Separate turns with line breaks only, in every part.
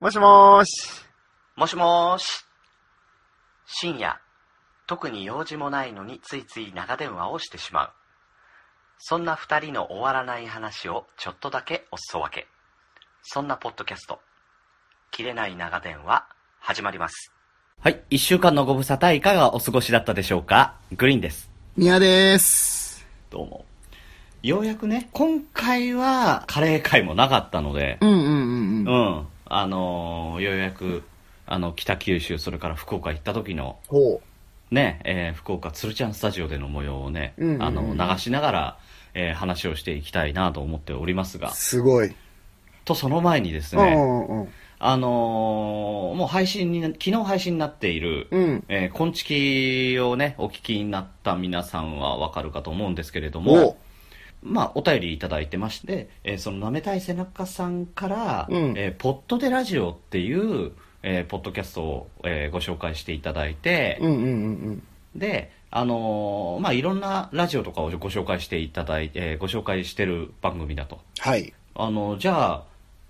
もしもーし。
もしもーし。深夜、特に用事もないのについつい長電話をしてしまう。そんな二人の終わらない話をちょっとだけお裾分け。そんなポッドキャスト、切れない長電話、始まります。はい、一週間のご無沙汰いかがお過ごしだったでしょうかグリーンです。
宮です。
どうも。ようやくね、今回はカレー会もなかったので、
うんうんうんうん。
うん、あのーようやく、あの、北九州、それから福岡行った時の、
ほ
ね、えー福岡つるちゃんスタジオでの模様をね、
うんうんうん
あの、流しながら、えー話をしていきたいなと思っておりますが
う。、すごい。
と、その前にです
うん
ね、
うんうん。
あのーもう配信にな、昨日配信になっている、
うん。
えー、昆虫をね、お聞きになった皆さんはわかるかと思うんですけれど
おう
も、まあ、お便りいただいてまして、えーそのなめたい背中さんから、
うん
えーポッドでラジオっていう、えーポッドキャストを、えーご紹介していただいて、
うんうんうん
で、あのーまあ、いろんなラジオとかをご紹介していただいて、えーご紹介してる番組だと。
はい。
あの、じゃあ、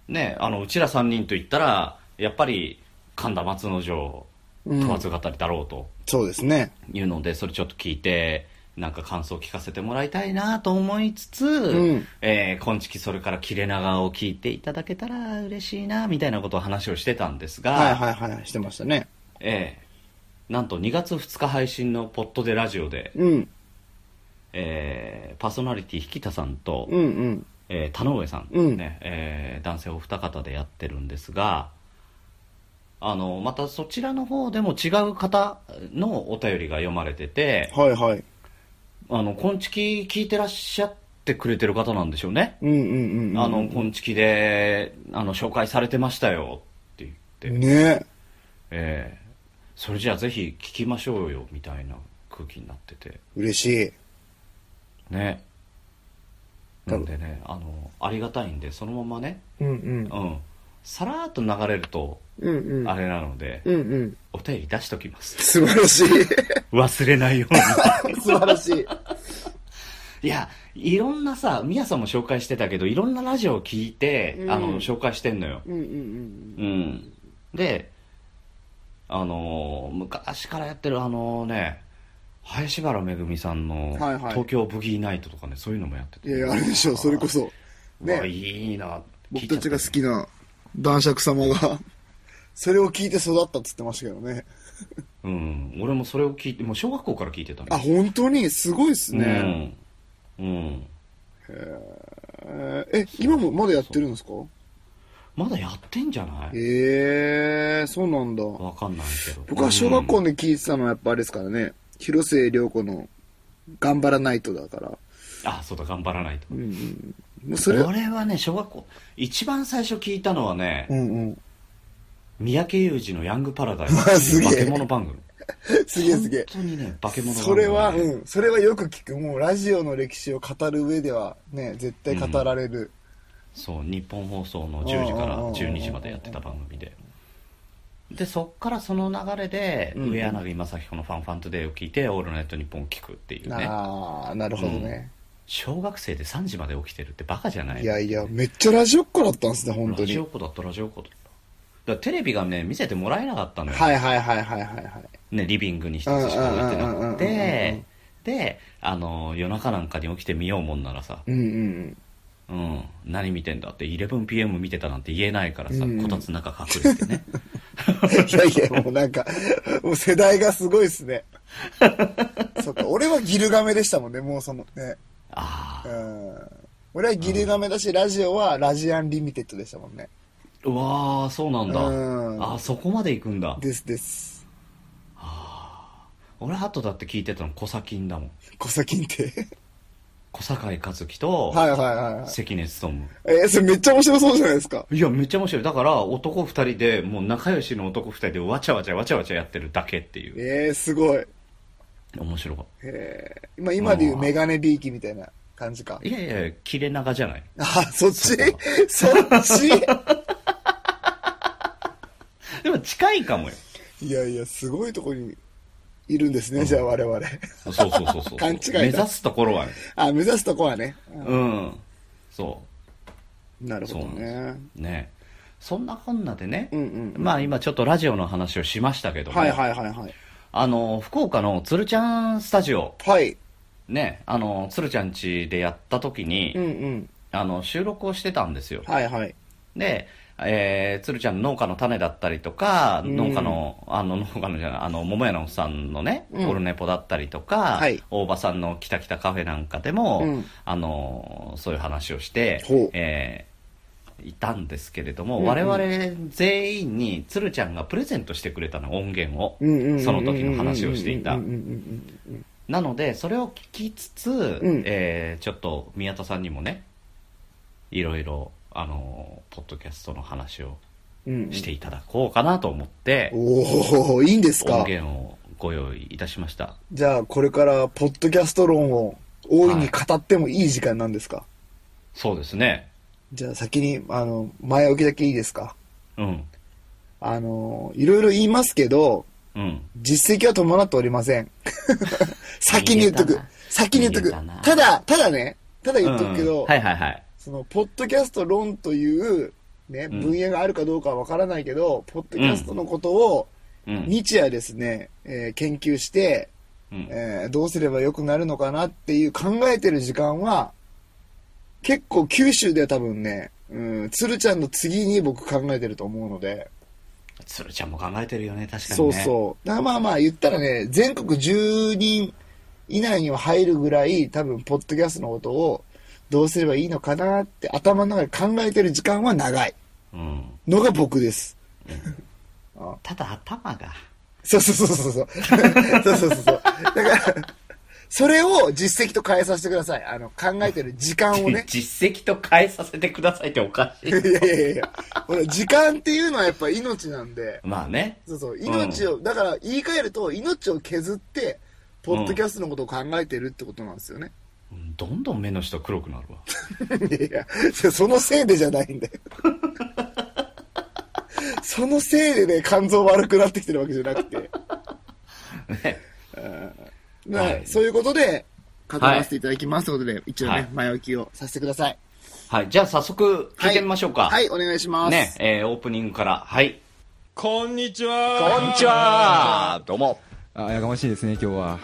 ね、あの、うちら3人と言ったら、やっぱり、神田松之丞、
うん
問わず語りだろうと
そうですね。
いうので、それちょっと聞いて、なんか感想を聞かせてもらいたいなと思いつつ、
ん
えー、今月それから切れ長を聞いていただけたら嬉しいな、みたいなことを話をしてたんですが、
はいはいはい。してましたね。
えーなんと2月2日配信のポッドでラジオで、
うん。
えーパーソナリティ引田さんと、
うんうん。
えー田上さん、
うん
ねえー男性お二方でやってるんですがあのまたそちらの方でも違う方のお便りが読まれてて
はいはい。
あの昆虫聞いてらっしゃってくれてる方なんでしょうね、
うんうんうん。
あの昆虫であの紹介されてましたよって言って、
ね
えーそれじゃあぜひ聞きましょうよみたいな空気になってて
嬉しい。
ね
多
な
分
んでねあのありがたいんでそのままね
うんうん。
うんさらーっと流れると
うんうん。
あれなので、
うんうん。
お便り出しときます
素晴らしい。
忘れないように
素晴らしい。
いやいろんなさみやさんも紹介してたけどいろんなラジオを聞いて、
うん
あの紹介してんのよ
うんうんうん。
うんであのー昔からやってるあのね林原めぐみさんの
はいは
「
い
東京ブギーナイト」とかねそういうのもやってて
いやいや、あれでしょう、それこそ。
うわ
ね。
いいな
僕たちが好
聞い
きな男爵様が、それを聞いて育ったって言ってましたけどね。
ゃったねうん俺もそれを聞いてもう小学校から聞いてたの
あ、本当にすごいですね。
うん、うん、
えーえ、今もまだやってるんですか
まだやってんじゃない
ええー、そうなんだ。
わかんないけど。
僕は小学校で聞いてたのはやっぱあれですからね、広末涼子の頑張らないとだから。
うんあ、そうだ、頑張らないと。
もうそれ、うん
俺はね、小学校、一番最初聞いたのはね、
うん。
三宅裕司のヤングパラダイ
わ
ス。
すげえ
化け物番組。
すげえすげえ。
本当にね、化け物番組。
それは、うん、それはよく聞く。もうラジオの歴史を語る上ではね、絶対語られる。
そう、日本放送の10時から
うんうんうんうん
12時までやってた番組で。で、そっからその流れで、
うん
上柳正彦のファンファントゥデイを聞いて、オールナイトニッポンを聞くっていうね。
ああ、なるほどね、
小学生で3時まで起きてるってバカじゃない
いやいや、めっちゃラジオっ子だったんですね、本当
ラ
に。
ジ
は
オ子だった、ラジオ子だった。だからテレビがね、見せてもらえなかったのよ。
いはいはいはいはいはい。
ね、リビングに一つしか置いてなく
うんうんうんうんうんう
て
ん、
で、あの、夜中なんかに起きてみようもんならさ、
うんうん
うん、何見てんだって、11pm 見てたなんて言えないからさ、
うんうん
こたつの中隠れて ね。
うん。いやいや、もうなんか、もう世代がすごいっす ね。そっか、俺はギルガメでしたもんね、もうそのね。
あ
う
あ、
ん俺はギルガメだし、ラジオはラジアンリミテッドでしたもんね。
うわー、そうなんだ。
うん
あーそこまで行くんだ。
ですです。
俺、あとだって聞いてたの、小サキンだもん。
小崎ん て。
小坂井克樹と、
はいはいはいはい。
関根勤。
えーそれめっちゃ面白そうじゃないですか。
いや、めっちゃ面白い。だから、男二人で、もう仲良しの男二人で、わちゃわちゃわちゃわちゃやってるだけっていう。
えー、すごい。
面白かっ
えー、今、今でいうメガネビーキみたいな感じか
た。。いやいや、切れ長じゃない。
あ、そっちそっち
でも近いかもよ。
いやいや、すごいとこにいるんですね、じゃあ我々。
そうそうそうそう。
勘違いだ
目指すところはね。
あ、目指すとこはね。
うん。そ
なる
う。
ほ
そう
ど
なんです
ね。
ね。そんなこんなでね、
うんうん。
まあ今ちょっとラジオの話をしましたけども、
はいはいはいはい。
あの、福岡のつるちゃんスタジオ、
はい。
ね、あの、つるちゃん家でやった時に、
うんうん。
あの、収録をしてたんですよ。
はいはい。
で、えー、つるちゃんの農家の種だったりとか、
うん
農家の、あの、農家のじゃない、あの、桃屋のおっさんのね、
うん
オルネポだったりとか、
はい
大場さんのキタキタカフェなんかでも、
うん
あの、そういう話をして
ほう、
えーいたんですけれども、
うんうん
我々全員につるちゃんがプレゼントしてくれたの、音源を。
うんうんうんうん
その時の話をしていた
うんうんうんうん
なので、それを聞きつつ、
ん
えーちょっと宮田さんにもね、いろいろ、あの、ポッドキャストの話を
うんうん
していただこうかなと思って、
おおいいんです
音
か
源をご用意いたしました。
じゃあ、これから、ポッドキャスト論を大いに語ってもいい時間なんですか、
そうですね。
じゃあ、先に、あの、前置きだけいいですか
うん。
あの、いろいろ言いますけど、
うん。
実績は伴っておりま せん。先に言っと
逃げ
く
たな。
先に言っと
逃げ
く
たな。
ただ、ただね、ただ言っとくけど、
うんはいはいはい。
その、ポッドキャスト論という、ね、
ん
分野があるかどうかはわからないけど、ポッドキャストのことを、
うん。
日夜ですね、えー研究して、
うん
えーどうすれば良くなるのかなっていう考えてる時間は、結構九州では多分ね、うん、鶴ちゃんの次に僕考えてると思うので、
つるちゃんも考えてるよね、確かに
そ
ね。。
うそう。だからまあまあ言ったらね、全国10人以内には入るぐらい、多分、ポッドキャストのことをどうすればいいのかなって頭の中で考えてる時間は長いう
うん。
のが僕です。
ただ頭が、。
そうそうそうそうそう。 そうそうそうそう。だから、それを実績と変えさせてください。あの、考えてる時間をね
実績と変えさせてくださいっておかし
い
い
や。いやいやいや。ほら、時間っていうのはやっぱ命なんで。
まあね。
そうそう。命を、だから言い換えると、命を削って、ポッドキャストのことを考えてるってことなんですよね。
うんどんどん目の下黒くなるわ。
いや、そのせいでじゃないんだよ。そのせいでね、肝臓悪くなってきてるわけじゃなくて。
ね。
まあ
はい
そういうことで、語らせていただきますということで、一応ね、
はい
前置きをさせてください。
はい。じゃあ早速聞いてみましょうか。
はい、お願いします。
ね、えーオープニングから。はい。
こんにちは
こんにちはどうも。
あやかましいですね今日は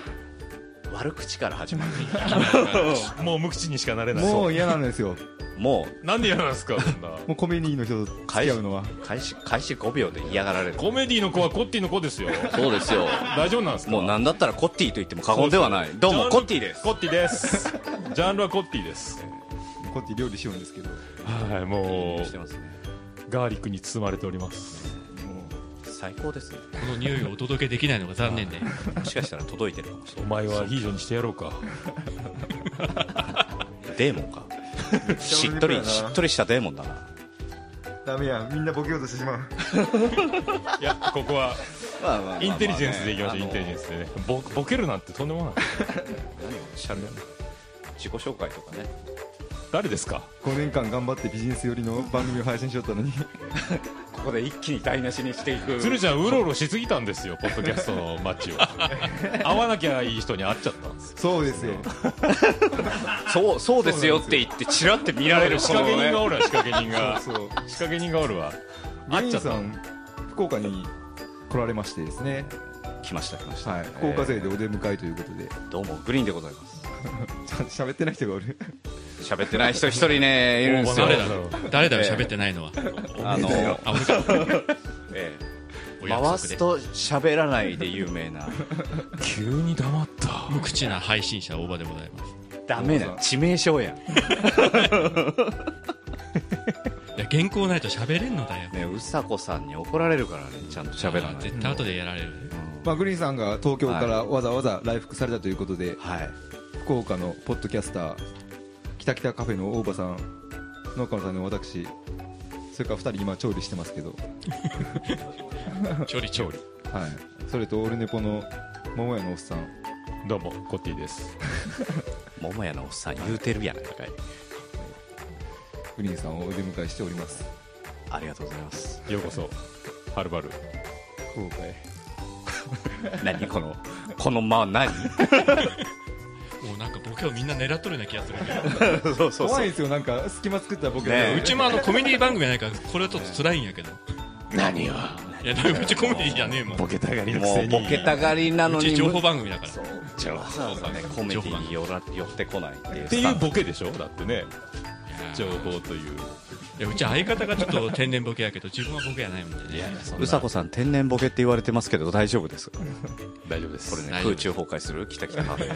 悪口から始まる。
もう無口にしかなれない
もう嫌なんですよ
も
なんで嫌なんですかそんな
もうコメディの人と付き合うのは
う、開始、開始5秒で嫌がられる。
コメディの子はコッティの子です よ
そうですよ。
大丈夫なんですか
もうなんだったらコッティと言っても過言ではない。どう
ジャ
も、
ンル
コッティです
コ。ッティ ですジャンルはコッティです
こっち料理しようんですけど
はいも
して
う
ますね。
ガーリックに包まれております
最高ですね。
この匂いをお届けできないのが残念で
もしかしたら届いてるかもしれ
お
な
前はアヒージョにしてやろうか
い。デーモンか。しっとり、しっとりしたデーモンだな。
ダメやみんなボケようとしてしまう
いやここは
まあまあまあまあね
インテリジェンスでいきましょうインテリジェン
あ
スでねボボケるなんてとんでもない
の何をおっしゃるの自己紹介とかね。
誰ですか
5年間頑張ってビジネス寄りの番組を配信しよったのに
ここで一気に台無しにしていく。
鶴ちゃんうろうろしすぎたんですよポッドキャストの街 を会わなきゃいい人に会っちゃったんです
そうですよ
そう、そうですよって言って、チラって見られる、
仕
この
掛け人
ね
が。おるわ仕掛け人が
そう
仕掛け人がおるわ
芸
会っちゃ
人
った
さん福岡に来られましてですね、
来ました、来ました。
はい、福岡勢でお出迎えということで、
どうも、グリーンでございます。
ちゃんと喋ってない人がおる
喋ってない人一人ね、いるんですよ。
誰だ誰だよ喋ってないのは、
あの、
あ俺か
え
お
え、回
約
す
束で
と喋らないで有名な、
急に黙った
無口な配信者大場でございます
ダメな、致命傷やん。
いや原稿ないと喋れんのだよ
ね、うさこさんに怒られるからね、ちゃんと喋らない
絶。対後でやられる、
まあ、グリーンさんが東京からわざわざ来福されたということで、
はい。
福岡のポッドキャスターきたきたカフェの大場さん農家の種の私それから2人今調理してますけど、
調理調理
はい、それとオールネポの桃屋のおっさん
どうもコッティです
桃屋のおっさん言うてるやないかい。
グリーンさんをお出迎えしております
ありがとうござい ます。
ようこそはるばる
福岡へ
何この、この間何
もうなんかボケをみんな狙っとるような気がするけど、
そうそうそう
怖いんですよなんか隙間作ったボケ
ねえ
うちもあのコメディ番組やないからこれはちょっと辛いんやけど
何を
いやだからうちコメディじゃねえもん
ボケたがりもうボケたがりなの
う
に
ち情報番組だから
じゃあわざわざねコメディに寄ら寄ってこないっていう
っていうボケでしょだってね
いや
情報という
いやうち相方がちょっと天然ボケやけど自分はボケやないもんでね
うさこさん天然ボケって言われてますけど大丈夫です
大丈夫です
これね
大丈夫
空中崩壊するきたきたカフェ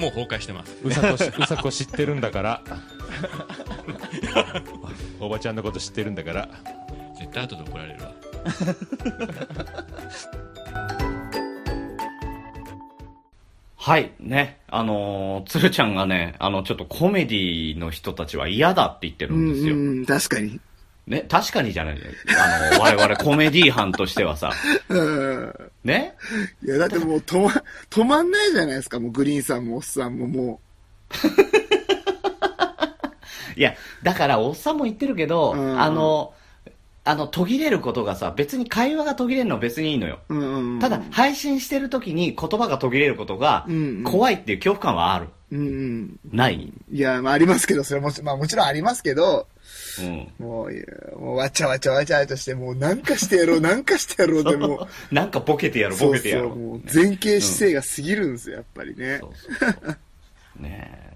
もう崩壊してます
うさこしうさこ知ってるんだからおばちゃんのこと知ってるんだから
絶対後で怒られるわ
はい、ね。あのー、鶴ちゃんがね、あの、ちょっとコメディの人たちは嫌だって言ってる
うん
ですよ。
ん、うん、確かに。
ね、確かにじゃない。あの、 我々コメディ班としてはさ、
うん。
ね。
いや、だってもう止ま、止まんないじゃないですか、もうグリーンさんもおっさんもも
いや、だから、おっさんも言ってるけど、
うん
あの、あの、途切れることがさ、別に会話が途切れるのは別にいいのよ。
う。うん、うん。
ただ、、配信してる時に言葉が途切れることが
うんうん、
怖いっていう恐怖感はある。
うんうん。
ない。
いや、まあありますけど、それもち、まあもちろんありますけど、
うん。
もう、いやもうわちゃわちゃわちゃわちゃして、もうなんかして やろう、なんかしてやろうでもう、
なんかボケてや る、ボケてやる。
もう前傾姿勢が過ぎるんですよ、やっぱりね
そ。うそうそうねえ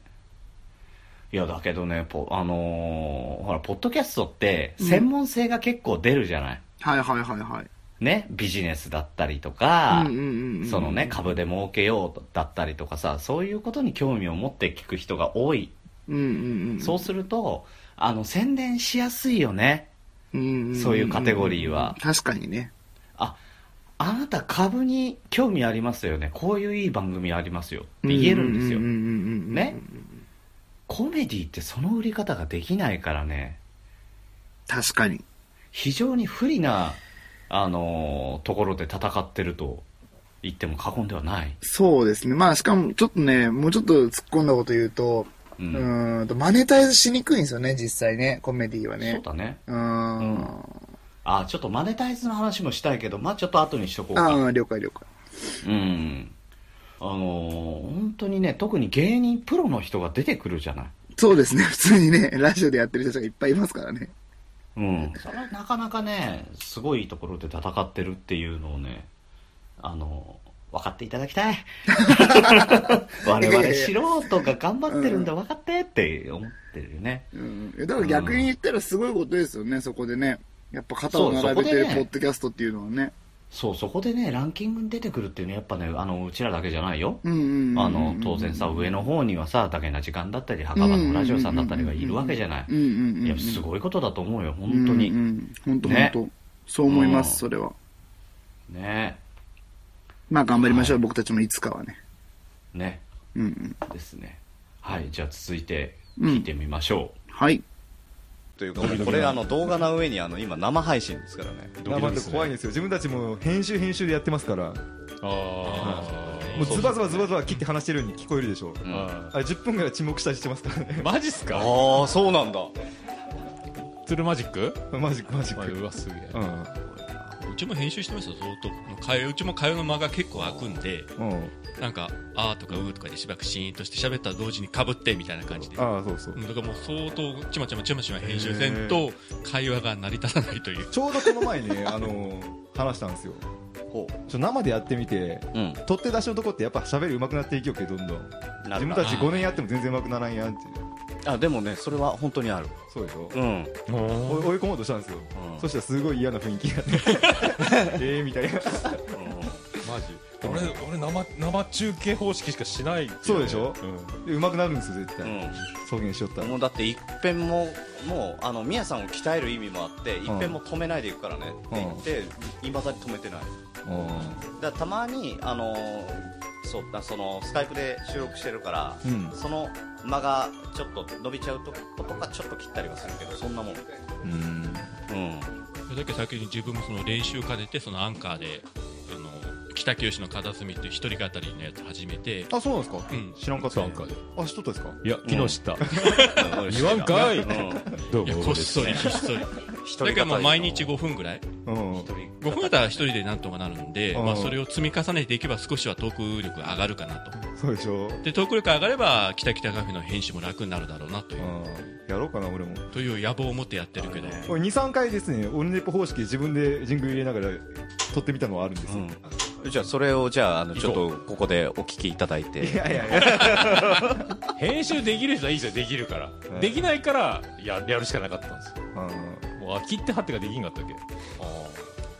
いやだけどねポ,、あのーほらポッドキャストって専門性が結構出るじゃない、
はいはいはいはい。
ねビジネスだったりとか、
うんうんうんうん
そのね株で儲けようだったりとかさそういうことに興味を持って聞く人が多い、
うんうんうん。
そうするとあの宣伝しやすいよね
うんうんんん
そういうカテゴリーは
確かにね。
ああなた株に興味ありますよねこういういい番組ありますよって言えるんですよ、
うんうんうんうん。
ね。コメディってその売り方ができないからね
確かに。
非常に不利な、あのーところで戦ってると言っても過言ではない、
そうですね。まあしかも、ちょっとね、もうちょっと突っ込んだこと言うと、
う
うんーんと、マネタイズしにくいんですよね、実際ね、コメディは
そう
ね。
だね
うーん。
うんあちょっとマネタイズの話もしたいけどまあちょっと後にしとこう
あ
か
あ、了解了解。
うんあのー本当にね特に芸人プロの人が出てくるじゃない
そうですね、普 通にね、ラジオでやってる人たちがいっぱいいますからね。
うん、それはなかなかねすごいところで戦ってるっていうのをねあの分かっていただき たい我
いやい
々
やい
素人が頑張ってるんだ分かってって思ってるよね
うん。だから逆に言ったらすごいことですよね、そこでね。やっぱ肩を並べて
そうそこで
る
ね
ポッドキャストっていうのはね。
そうそこでねランキングに出てくるっていうのはやっぱねあのうちらだけじゃないよ
うんうんうんうんうん。
あの当然さ上の方にはさだけな時間だったり墓場のラジオさんだったりがいるわけじゃない
うんうんうん。
いやすごいことだと思うよ本当に、
うんうん。本当本
ね
当。そう思いま
うん
す、それは。
ね
まあ頑張りましょう、僕たちもいつかはね。
ね
うんうん。
ですねはいじゃあ続いて聞いてみましょう、
はい。
というかもうこれあの動画の上にあの今生配信ですからね
ドキドキで
生です
ね
怖いんですよ自分たちも編集編集でやってますから
あ
もうズバズバズバズバ切って話してるように聞こえるでしょ、
ん
あ
あれ10分ぐらい沈黙したりしてますからね
マジっすか
ああそうなんだ
ツルマジック
マジックマジック、
うわすげえ
う
うちも編集してましたよ相当会うちも会話の間が結構空くんで
んうん
なんか「あ」とか「う」とかでしばらくシーンとして喋ったら同時にかぶってみたいな感じで
ああそうそう、
うんだからもう相当ちまちまちまちま編集せんと会話が成り立たないという
ちょうどこの前ねあの話したんですよ
ほ
ちょ生でやってみて
ううん
取って出しのとこってやっぱ喋り上手くなっていきよっけどんどん
なる
自分
な
たち5年やっても全然上手くならんやんって
あでもねそれは本当にある
そうでしょ、
うん
追い追い込もうとしたんですよ、
うん
そしたらすごい嫌な雰囲気になってええみたいな
マジ俺俺生生中継方式しかしない、
そうでしょ
うん
で上手くなるんですよ絶
う
対、
ん
草原しよったら
もうだって一遍ももうあの宮さんを鍛える意味もあって一遍も止めないでいくからねって言っていまだに止めてない
うん
だからたまにあのーそうだそのスカイプで収録してるから、
うん
その間がちょっと伸びちゃうとことかちょっと切ったりはするけどそんなもんで
うん
うん
それだけ先に自分もその練習を兼ねてそのアンカーであの聞北九州の片隅っていう一人語りのやつ始めて、
あそうなんですか、
うん
知らんかった
知らんかっ
あ知っとったですか
いや昨日知った、
俺
言わんかいどう
いや
も
こっそり ひっそりだからまあ毎日5分ぐらい
うん
5分だったら1人でなんとかなるんで、
うん
まあ、それを積み重ねていけば少しはトーク力が上がるかなと
そうでしょ
でトーク力が上がれば「キタキタカフェ」の編集も楽になるだろうなという,、
うんやろうかな俺も
という野望を持ってやってるけど、
俺23回ですねオルネポ方式で自分でジングル入れながら撮ってみたのはあるんですよ、
じゃあそれをじゃああのちょっとここでお聞きいただい
い
て
やいやいや
編集できる人はいいですよできるから、
ん
できないからややるしかなかったんですよ
うん
もう飽きってはってができんかったっけ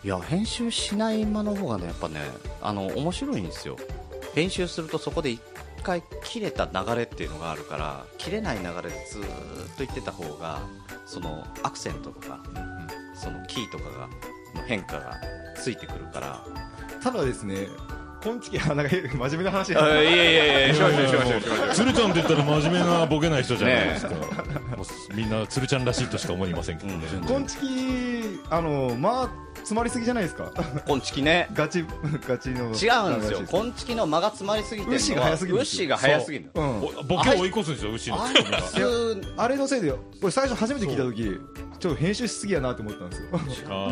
いや編集しない間の方がねやっぱねあの面白いんですよ編集するとそこで一回切れた流れっていうのがあるから切れない流れでずーっと言ってた方がそのアクセントとか、そのキーとかがの変化がついてくるから
ただですね今 月はなんか真面目な話
あいや
や
いやいやしましょうしましょう
鶴ちゃんって言ったら真面目なボケない人じゃないですか、もうみんな鶴ちゃんらしいとしか思いませんけどね、
今月あのまあ詰まりすぎじゃないですか
こんちきね
ガチガチ
違
の
うんですよこんちきの間が詰まりすぎてるのは
牛が早すぎるん
ウッシーが早すぎる
ですよ
の
うん
おボケを追い越すんですよ牛のツッコミは
普通
あれのせいで俺最初初めて聞いた時ちょっと編集しすぎやなって思ったんですよ
あ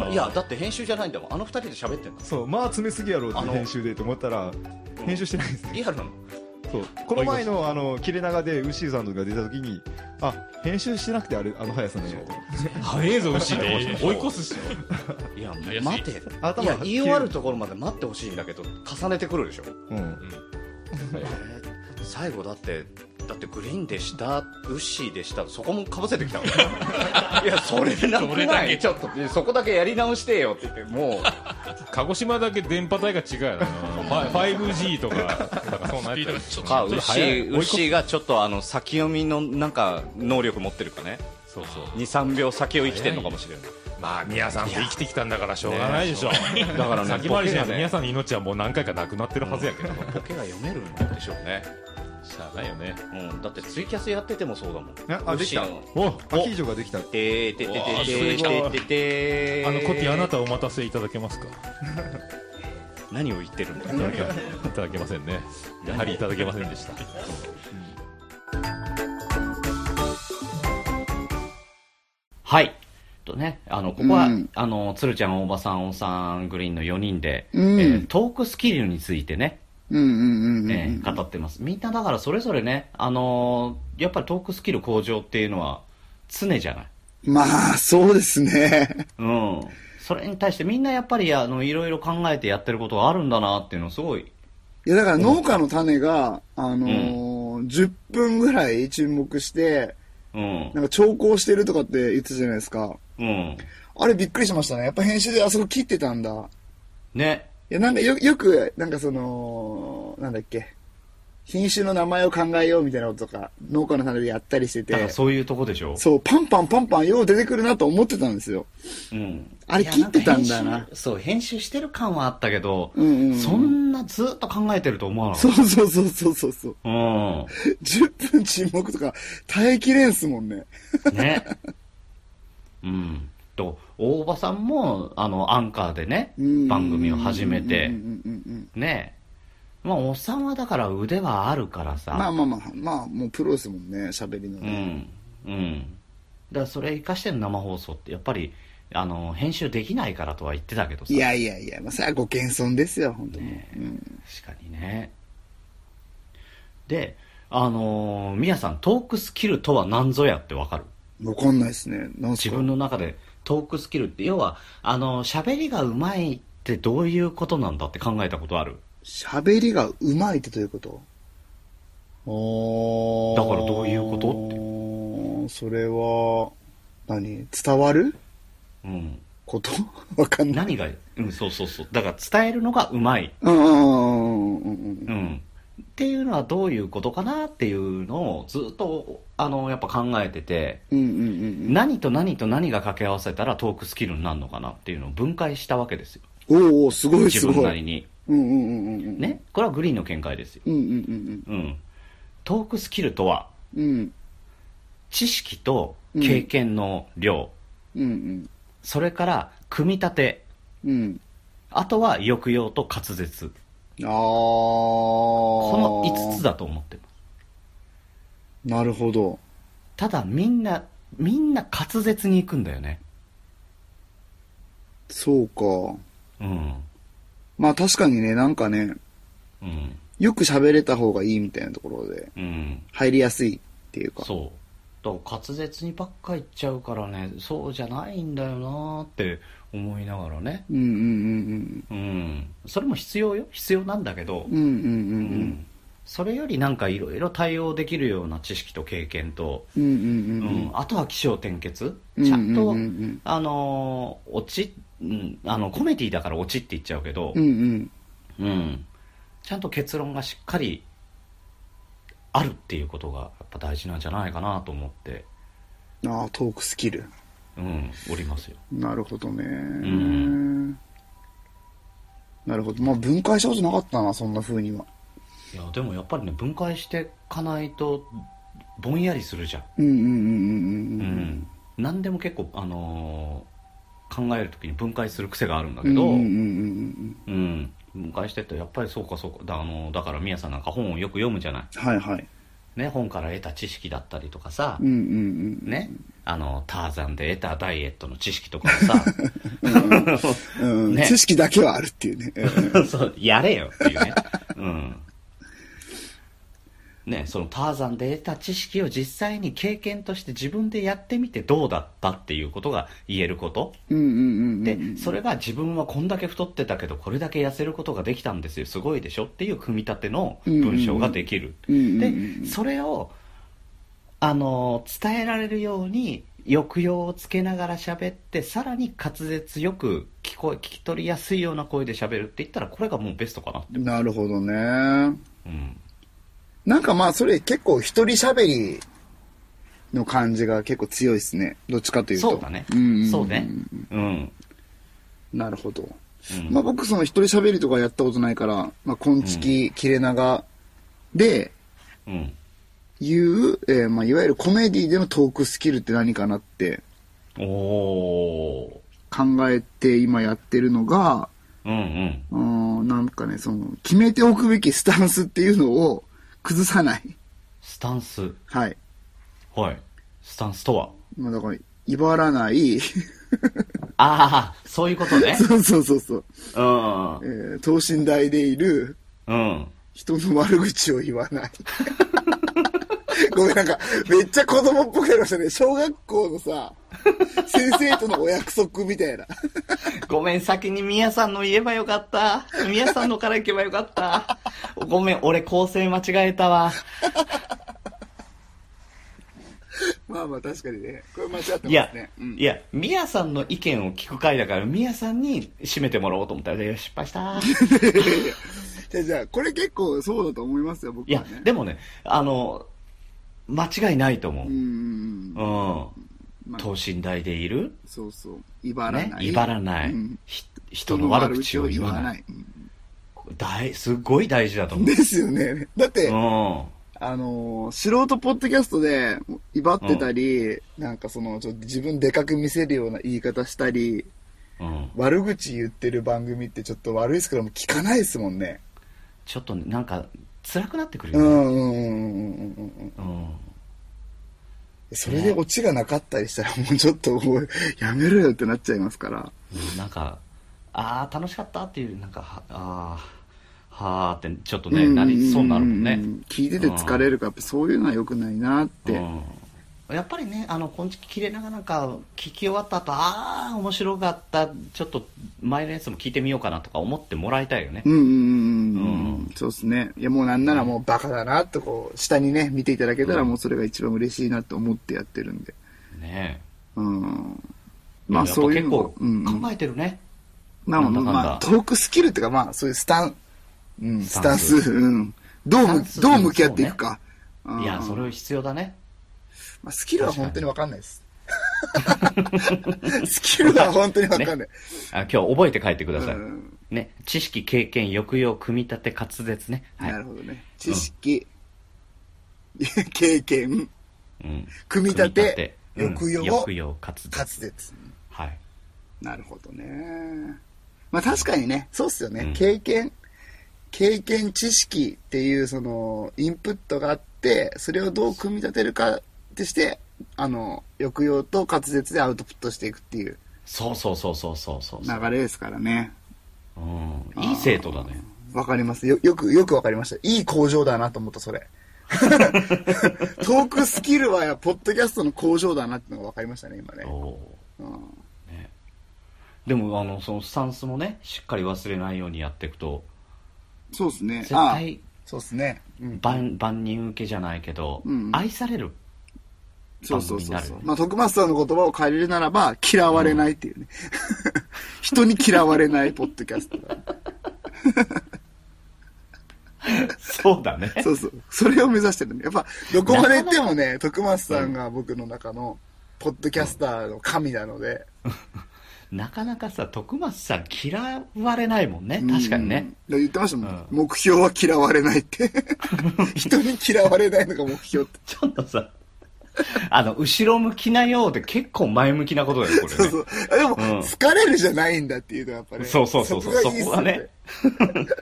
ー
いやだって編集じゃないんだもんあの二人で喋ってんだ
そうまあ詰めすぎやろうって
あの
編集でと思ったら編集してないですね
リアルなの
そうこの前のあの切れ長でウッシーさんとか出た時にあ編集してなくてあれあの速さなんやと思って
早えぞ牛って思いました追い越すし
いや
早すぎる
待てい
頭
や言い終わるところまで待ってほしいんだけど重ねてくるでしょ
うん
最後だってだってグリーンでしたウッシーでしたそこもかぶせてき たのいやそれな
そ
く
れ
な
だ
い
け
ちょっとそこだけやり直してよって言っても
鹿児島だけ電波帯が違う よなファイ 5G とか なんかそんな
スピード
や
が
つ
ちょっ
う
と
かウッシーウッシーがちょっとあの先読みのなんか能力持ってるかね
そうそう
23秒先を生きてるのかもしれない
まあ宮さんって生きてきたんだからしょうがないでしょ
だからね
先回りしない
ボケが
と
ね
宮さんの命はもう何回かなくなってるはずやけど
ボケが読めるんでしょうね、
しゃあないよね
うん、だってツイキャスやっててもそうだもん
えあできた
ウッシーの
お
アキージョができた
てーてーてーてーてーてーてー
あのコティあなたお待たせいただけますか
何を言ってるんだ
いただけませんねやはりいただけませんでした
はい。とね、あの、ここは、
うん
あの、鶴ちゃん、大場さん、おさん、グリーンの4人で、
うん
えートークスキルについてね、
うんうんうん。
えー語ってます。みんなだからそれぞれね、あのーやっぱりトークスキル向上っていうのは常じゃない。
まあ、そうですね。
うん。それに対してみんなやっぱり、あの、いろいろ考えてやってることがあるんだなっていうのをすごい、
いや、だから農家の種が、あのー10分ぐらい注目して、
うん。
なんか調光してるとかって言ってたじゃないですか。
うん。
あれびっくりしましたね。やっぱ編集であそこ切ってたんだ。
ね。
いや、なんかよ、よく、なんかその、なんだっけ。品種の名前を考えようみたいなこととか、農家の種でやったりして
だから
て、
そういうとこでしょ。
そう、パンパンパンパンよう出てくるなと思ってたんですよ。
うん。
あれ
いや
切ってたんだな
か編集そう、編集してる感はあったけど、
うんうんうん
そんなずっと考えてると思わなか
そ
っ
うそうそうそうそうそう。
た。うん。
10分沈黙とか耐えきれんすもんね。
ね。 うん。と、大場さんも、あの、アンカーでね
うん、
番組を始めて
うん、うんうんうん
ね。まあ、おっさんはだから腕はあるからさ。
まあまあまあ、まあもうプロですもんね、喋りの
う
ね。
ん。うん。だからそれ活かしてる生放送って、やっぱり、あの、編集できないからとは言ってたけどさ。
いやいやいや、まあそれはご謙遜ですよ、本当に。
ね
うん
確かにね。で、あのー、みやさん、トークスキルとは何ぞやってわかる
わかんないですね。なんす
自
か
分の中でトークスキルって要はあの喋りがうまいってどういうことなんだって考えたことある
喋りが上手いってどういうことお
だからどういうこと
とそれは、何伝わる
うん
ことわかんな
何
い。
がうんそうそうそうだから伝えるのがうまい
うんうんうんうんうん
う。んっていうのはどういうことかなっていうのをずっとあのやっぱ考えてて
うんうんうん
何と何と何が掛け合わせたらトークスキルになるのかなっていうのを分解したわけですよ
うん。おおすごい
自
す
分
ご。
ないりに
うんうんうんうん。。
ねこれはグリーンの見解ですよ
うんうんうん
うんトークスキルとは
うん。うん
知識と経験の量、
うん
それから組み立て
うん。うん。
あとは抑揚と滑舌。
ああ。
こ
こ
の5つだと思ってます。
なるほど。
ただみんな、みんな滑舌に行くんだよね。
そうか。
うん。
まあ確かにね、なんかね、
うん。
よく喋れた方がいいみたいなところで、
うん。
入りやすいっていうか。
そう。だから滑舌にばっか行っちゃうからね、そうじゃないんだよなーって思いながらね。
うんうんうん
うん。それも必要よ。必要なんだけど。
うん。うんうん
う
うん。
それよりなんかいろいろ対応できるような知識と経験と、
うんうん
うん
うん
あとは起承転結、
うん。
ちゃんと、
うんうん
あのー、落ち、うん、あのコメディだから落ちって言っちゃうけど
うん。う、んうん。
うんちゃんと結論がしっかりあるっていうことがやっぱ大事なんじゃないかなと思って、
ああ、トークスキル。
うん、おりますよ。
なるほどね。
ん
なるほど。まあ分解したことなかったな、そんな風には。
いや、でもやっぱりね、分解してかないと、ぼんやりするじゃん。
うんうんうんうん
う
うんん。
何でも結構、あのー考えるときに分解する癖があるんだ
う
け
ん
ど、
うんうんうん
うん、分解してってやっぱりそうかそうかだあのだから宮さんなんか本をよく読むじゃない、
うん。はいはい。
ね、本から得た知識だったりとかさ
うん、うんうん。
ね、あのターザンで得たダイエットの知識とかをさ
うん
ね
知識だけはあるってい うね。
そうやれよっていうね,、うん、ねそのターザンで得た知識を実際に経験として自分でやってみてどうだったっていうことが言えること
うんうんうんうん。
でそれが自分はこんだけ太ってたけどこれだけ痩せることができたんですよすごいでしょっていう組み立ての文章ができる、
うんうんう
で
ん
それをあの伝えられるように抑揚をつけながら喋ってさらに滑舌よく聞こえ聞き取りやすいような声で喋るって言ったらこれがもうベストかな、
なるほどね。
うん、
なんかまあそれ結構一人喋りの感じが結構強いですね。どっちかというと。
そうだね、
んん
そうねうん、
なるほど。
うん
まあ僕その一人喋りとかやったことないから、まあ根付き、切れ長で
うん、
言う、えーまあいわゆるコメディでのトークスキルって何かなって
おお
考えて今やってるのが、
ーうんうん
うーんなんかね、その、決めておくべきスタンスっていうのを 崩さない。
スタンス
はい。
はいスタンスとは
まあだから、威張らない。
ああそういうことね
そうそうそうそう。
うん
えー等身大でいる
うん
人の悪口を言わない。 ごめん、なんか、めっちゃ子供っぽくなりましたね。小学校のさ、先生とのお約束みたいな。
ごめん、先に宮さんの言えばよかった。宮さんのから行けばよかった。ごめん、俺構成間違えたわ。
まあまあ確かにね。これ間違ってます
いや、
ね。うん
いや、宮さんの意見を聞く回だから、宮さんに締めてもらおうと思ったら、いや失敗した。い
じゃあじゃあ、これ結構そうだと思いますよ、僕は
や
ね。、
でもね、あの、間違いないと思
うーん。
う。うん。
まあ
等身大でいる、
そうそう。威張ら
ね
な、い。
威張らない、
うん
ひ人の悪口を言わない。
人の悪口を言わ
大、すごい大事だと
ない。
思う。
ですよね。だって、
うん。
あのー素人ポッドキャストで、威張ってたり、なんかその、ちょっと自分でかく見せるような言い方したり、
うん。
悪口言ってる番組ってちょっと悪いですけども、聞かないですもんね。
ちょっとね、なんか、辛くなってくる
う
よ
ん
ね。
うんうんうんうんう
う
ん。
ん
それでオチがなかったりしたら、もうちょっと、もうやめろよってなっちゃいますから。
うんなんか、ああ、楽しかったっていう、なんか、はあーはあって、ちょっとね、
んんんん
なりそうになるもんね。
聞いてて疲れるから、やっぱそういうのは良くないなって。
うんやっぱりね、あの、こんちき切れながらなんか、聞き終わった後、ああ、面白かった、ちょっと前のやつも聞いてみようかなとか思ってもらいたいよね
う。んうんうんうん
う
うん。そうですね。いやもうなんならもうバカだなとこう、下にね、見ていただけたらもうそれが一番嬉しいなと思ってやってるんで。
ね
うん。
え
ま
でもや
あ
っぱ
そういうの
結構
うん
考えてるね。
まあまあ
なんだかんだ
まあ、トークスキルっていうかまあそういうスタン、うん、
ス
ス
タ
タ
ン
ン
ス
ス、うん。
ス
どう
タ
む
ンス、
どう向き合っていくか。うん
いや、それ必要だね。
まあ、スキルは本当にわかんないです。スキルは本当にわかんない。
あ今日覚えて帰ってください。
うん
ね、知識、経験、抑揚、組み立て、滑舌ね。はい
なる。ほどね。知識、 経験、
うん
組み立て、
組み立て
抑揚
うん抑揚、滑舌。
滑舌。
はい。
なるほどね。まあ確かにね。
そうっすよね、
うん
経験経験知識っていうそのインプットがあってそれをどう組み立てるかってしてあの抑揚と滑舌でアウトプットしていくっていう
そうそうそうそうそうそう。
流れですからね。
うん、いい生徒だね。
わかりますよよくよくわかりましたいい工場だなと思った それトークスキルはポッドキャストの工場だなってのがわかりましたね今ね
おーね、でもあのそのスタンスもねしっかり忘れないようにやっていくと
そうですね。
絶対
そうっすね、うん、
万万人受けじゃないけど、
うん
愛される
そうそうそうそ
番組にな
う。
る
まあ、徳松さんの言葉を借りるならば、嫌われないっていうね。人に嫌われないポッドキャストだ。
そうだね
そうそう。それを目指してるね。やっぱ、
どこまで行ってもね徳松さんが僕の中のポッドキャスターの神なので、
なかなかさ徳松さん嫌われないもんね確かにね、
うん。言ってましたもん。
うん
目標は嫌われないって。
人に嫌われないのが目 標って
ちょっとさあの後ろ向きなようで結構前向きなことだよこれね
そうそう。あでも、
うん
好かれるじゃないんだっていうのはやっぱね。
そうそうそうそう、そ
いいっす
こ
よ
がね。、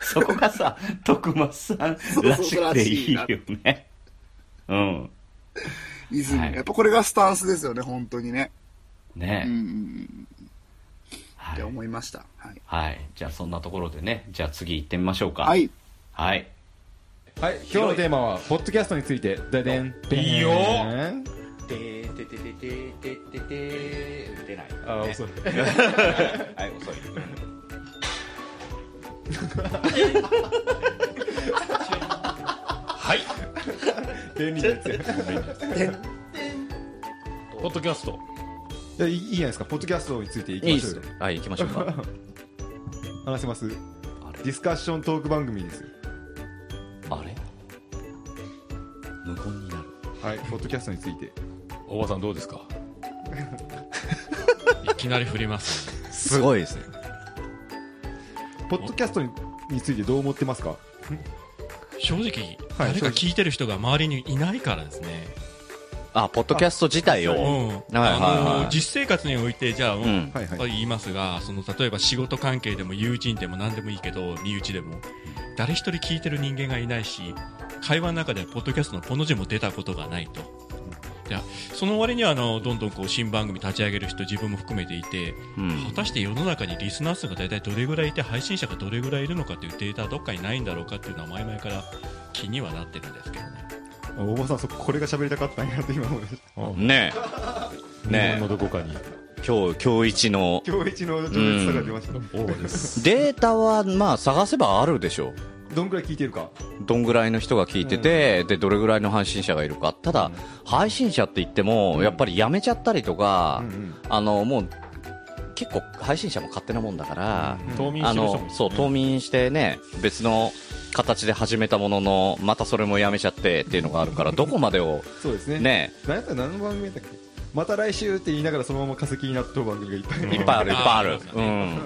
そこがさ、徳松さん
そう
らしくていいよ
らし
ね。うん。
いずれ
はい
やっぱこれがスタンスですよね、本当にね。
ね、
うんうんうん。っ
は
て
い。
思いました。はい。
はい。じゃあそんなところでね、じゃあ次行ってみましょうか。
は。い。
はい。
はい、今日のテーマは、ポッドキャストについて、ででん。
いいよ
てててててててて出ない。
あ、遅い。
はい、遅い。
はい
便利なやつや。
ポッドキャスト
いやいいいいじゃないですか、ポッドキャストについていき
い
ま
いっ
しょう
す
よ。
はい行きましょうか
話せますデ
あれ
ィスカッショントーク番組ですよ。
あれ無言になる
はい、ポッドキャストについて。
おばさんどうですか
いきなり振ります。
すごいですね
ポッドキャストにについてどう思ってますか
正直、
はい
誰か聞いてる人が周りにいないからですね。
あポッドキャスト自体を
うん。
はいはい
あ
は
の、
い
実生活において、じゃあ、
うん
はいはい。
言いますが、その例えば仕事関係でも友人でも何でもいいけど、身内でも、誰一人聞いてる人間がいないし、会話の中ではポッドキャストのこの字も出たことがないと。でその割にはあのどんどんこう新番組立ち上げる人自分も含めていて、
うん
果たして世の中にリスナー数が大体どれぐらいいて配信者がどれぐらいいるのかっていうデータはどっかにないんだろうかっていうのは前々から気にはなってるんですけどね。
あおばさん、そここれが喋りたかったんやなって今思いました。
ねえ
日
ね
本のどこかに
え今日今日一の
今日一の情熱さが出ました。
王です
データはまあ探せばあるでしょう
どんくらい聞いてるか。
どんぐらいの人が聞いてて、でどれぐらいの配信者がいるかただ、配信者って言ってもやっぱりやめちゃったりとか、
うんうん
あのもう結構配信者も勝手なもんだから、
冬眠
あ
してる人もいる
のそう冬眠してね別の形で始めたもののまたそれもやめちゃってっていうのがあるからどこまでを
そうですね。
ね
何やったら何の番組やったっけまた来週って言いながらそのまま化石になった番組がいっぱいある
いっぱいあるいっぱいある
あー
う
うん
ん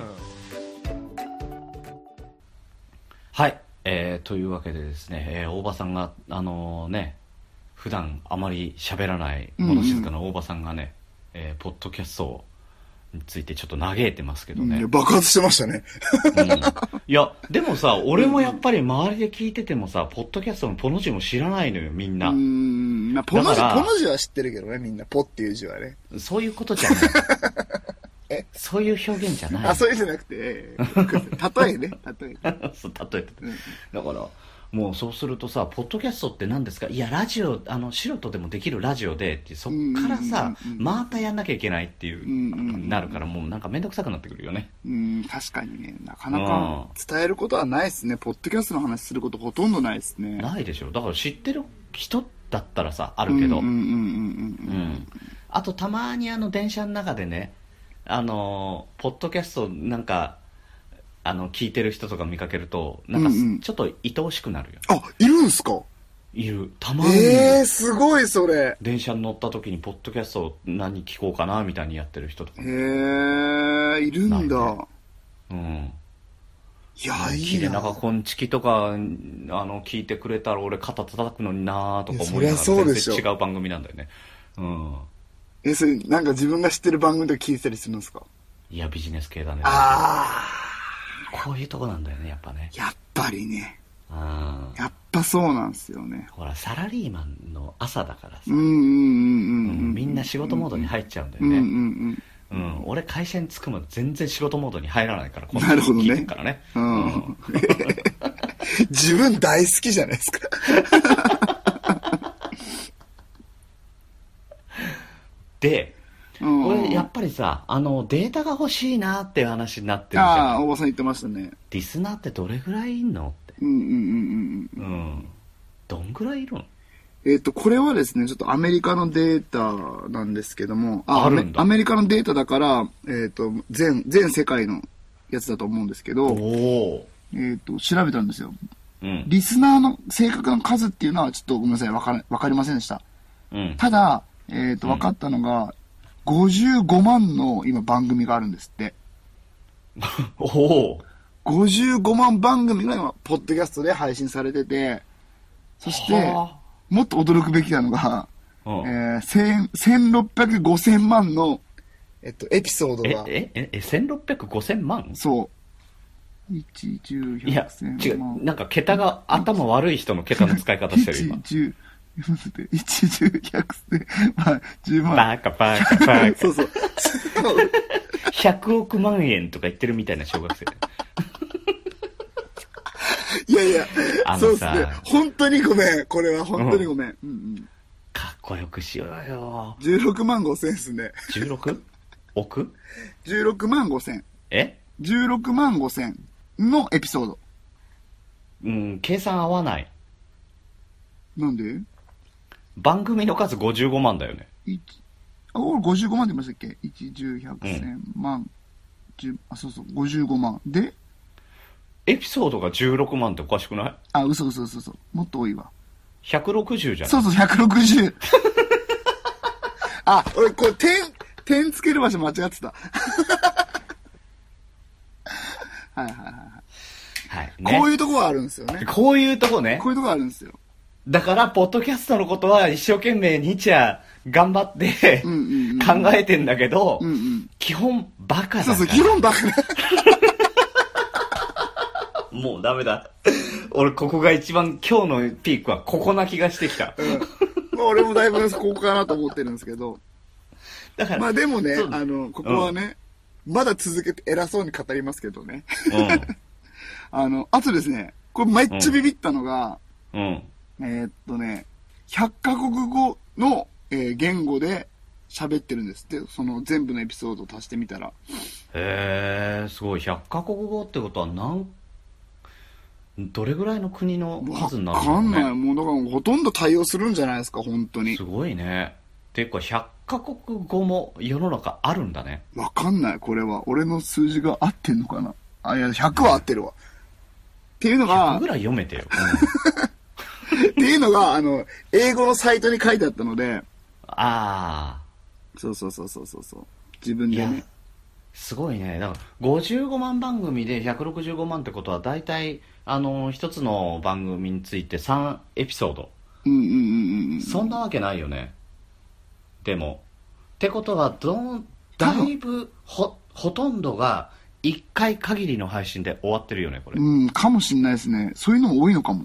はい。えー、というわけでですね、えー、大場さんが、あのね、普段あまり喋らない、物静かな大場さんがね、えーポッドキャストについてちょっと嘆いてますけどね。
いや爆発してましたね。
うんいや、でもさ、俺もやっぱり周りで聞いててもさ、ポッドキャストのポの字も知らないのよ、みん
う
な
ー。ん。まあ、ポ
だ
ノ
か
ジ、
ら
ポノジは知ってるけどね、みんな。ポっていう字はね。
そういうことじ ゃない。そういう表現じゃない。
あ、そういうじゃなくて、えー例えね、例え。
そう例えててだから、もうそうするとさ、ポッドキャストって何ですかいや、ラジオ、あの、素人でもできるラジオでって、そっからさ、またやんなきゃいけないってい
うんうんうん
う、なるから、もうなんかめんどくさくなってくるよね。
うん、確かにね、なかなか伝えることはないですね。ポッドキャストの話することほとんどないですね。
ないでしょ。だから知ってる人だったらさ、あるけど。
うんうんうんうん
うん、あとたまにあの電車の中でねあのーポッドキャストなんかあの聞いてる人とか見かけるとなんかす
うんうん
ちょっと愛おしくなるよ、
あ、いるんすか
いるたまに、
ええー、すごい、それ。
電車に乗った時にポッドキャスト何聞こうかなみたいにやってる人とか
へえ、いるん
なん
だ。
うん
いや、い
綺
い
麗
な
な。こんちきとかあの聞いてくれたら俺肩叩くのになーとか思いながら
いやそりゃそうでしょ
全然違う番組なんだよねうん
え、それ、なんか自分が知ってる番組とか聞いてたりするんですか
いやビジネス系だね
あ
こういうとこなんだよねやっぱね
やっぱりね。
うん
やっぱそうなんですよね。
ほらサラリーマンの朝だからさ
うんうんう
う
んうんん。
みんな仕事モードに入っちゃうんだよ
うんうんう
ね
ん。
うん俺会社に着くまで全然仕事モードに入らないからこん
なるほどね
聞いてっからね
うん
うん
自分大好きじゃないですか。
で
うん
これやっぱりさあのデータが欲しいなっていう話になってるじ
あ
ゃ
あ、お
ん
ばさん言ってましたね。
リスナーってどれぐらいいんのって
うんうんうんうん。
うんどんぐらいいるの
えっ、と、これはですね、ちょっとアメリカのデータなんですけども、
あるんだ
アメアメリカのデータだから、えっ、と、全、全世界のやつだと思うんですけど、
お
えっ、と、調べたんですよ。
うん
リスナーの正確な数っていうのは、ちょっとごめんなさい、わか、わかりませんでした。
うん
ただ、えっ、と、分かったのが、55万の今番組があるんですって。
おおー
55万番組が今、ポッドキャストで配信されてて、そして、
は
もっと驚くべきなのが、
あうん
えー、千1600、5000万の、
えっと、エピソード
え
が、
えええ1600、5000万
そう。1、10、
いや、違
100、
う、
1000
なんか桁が頭悪い人の桁の使い方して る、今
1、。10、1、10、100、1000、まあ、10万。
バカバカバ カ。
そうそう。
100億万円とか言ってるみたいな小学生。
いやいや
あ、
そう
の
っす
さ
ね。本当にごめん。これは本当にごめん。うんうん、
かっこよくしようよ。
16万5000っすね。
16? 億
16万5000。
え
16万5000のエピソード。
うん、計算合わない。
なんで
番組の数55万だよね。
一あ、俺55万で言いましたっけ ?1、10、100、1000、万、10、あ、そうそう、55万。で、
エピソードが16万っておかしくない
あ、嘘嘘嘘嘘。もっと多いわ。
?160 じゃん。
そうそう、160。あ、俺、これ、点、点つける場所間違ってた。はいはいはいは
はい。
い。こう
ね。
いうとこはあるんですよね。
こういうとこね
こ。ういうとこはあるんですよ。
だから、ポッドキャストのことは一生懸命日夜頑張って
うんうんうん
考えてんだけど、
うんうん。
基本バカだか
そう
ら
そう、議論ばっかり。
もうダメだ。俺ここが一番今日のピークはここな気がしてきた。
うんまあ、俺もだいぶここかなと思ってるんですけど。
だから、
まあでもね
そ、うだ
あの、ここはね、まだ続けて偉そうに語りますけどね。あの、あとですね、これ、めっちゃビビったのが、
うん。うん。
えーっとね、100カ国語の、えー言語で喋ってるんですって、その全部のエピソードを足してみたら。
へえ、すごい。100カ国語ってことは何、どれぐらいの国の
わ
数になる
かん
だ
な
ろ
い。
うね
もうだからほとんど対応するんじゃないですか、本当に
す。ごいね。ていうか、100カ国語も世の中あるんだね。
わかんない、これは。俺の数字が合ってんのかなあ、いや、100は合ってるわ。っていうの
100
が
ぐ、らい読めてよ。
っていうのが、あの、英語のサイトに書いてあったので、
ああ、
そうそうそうそうそうそう。自分
い
で
や
ね。、
すごいね。だから、55万番組で165万ってことは、大体、あの、一つの番組について3エピソード。
うんうんうんうん。
そんなわけないよね。でも。ってことは、どん、だいぶ、ほ、ほとんどが、1回限りの配信で終わってるよね、これ。
うん、かもしんないですね。そういうのも多いのかも。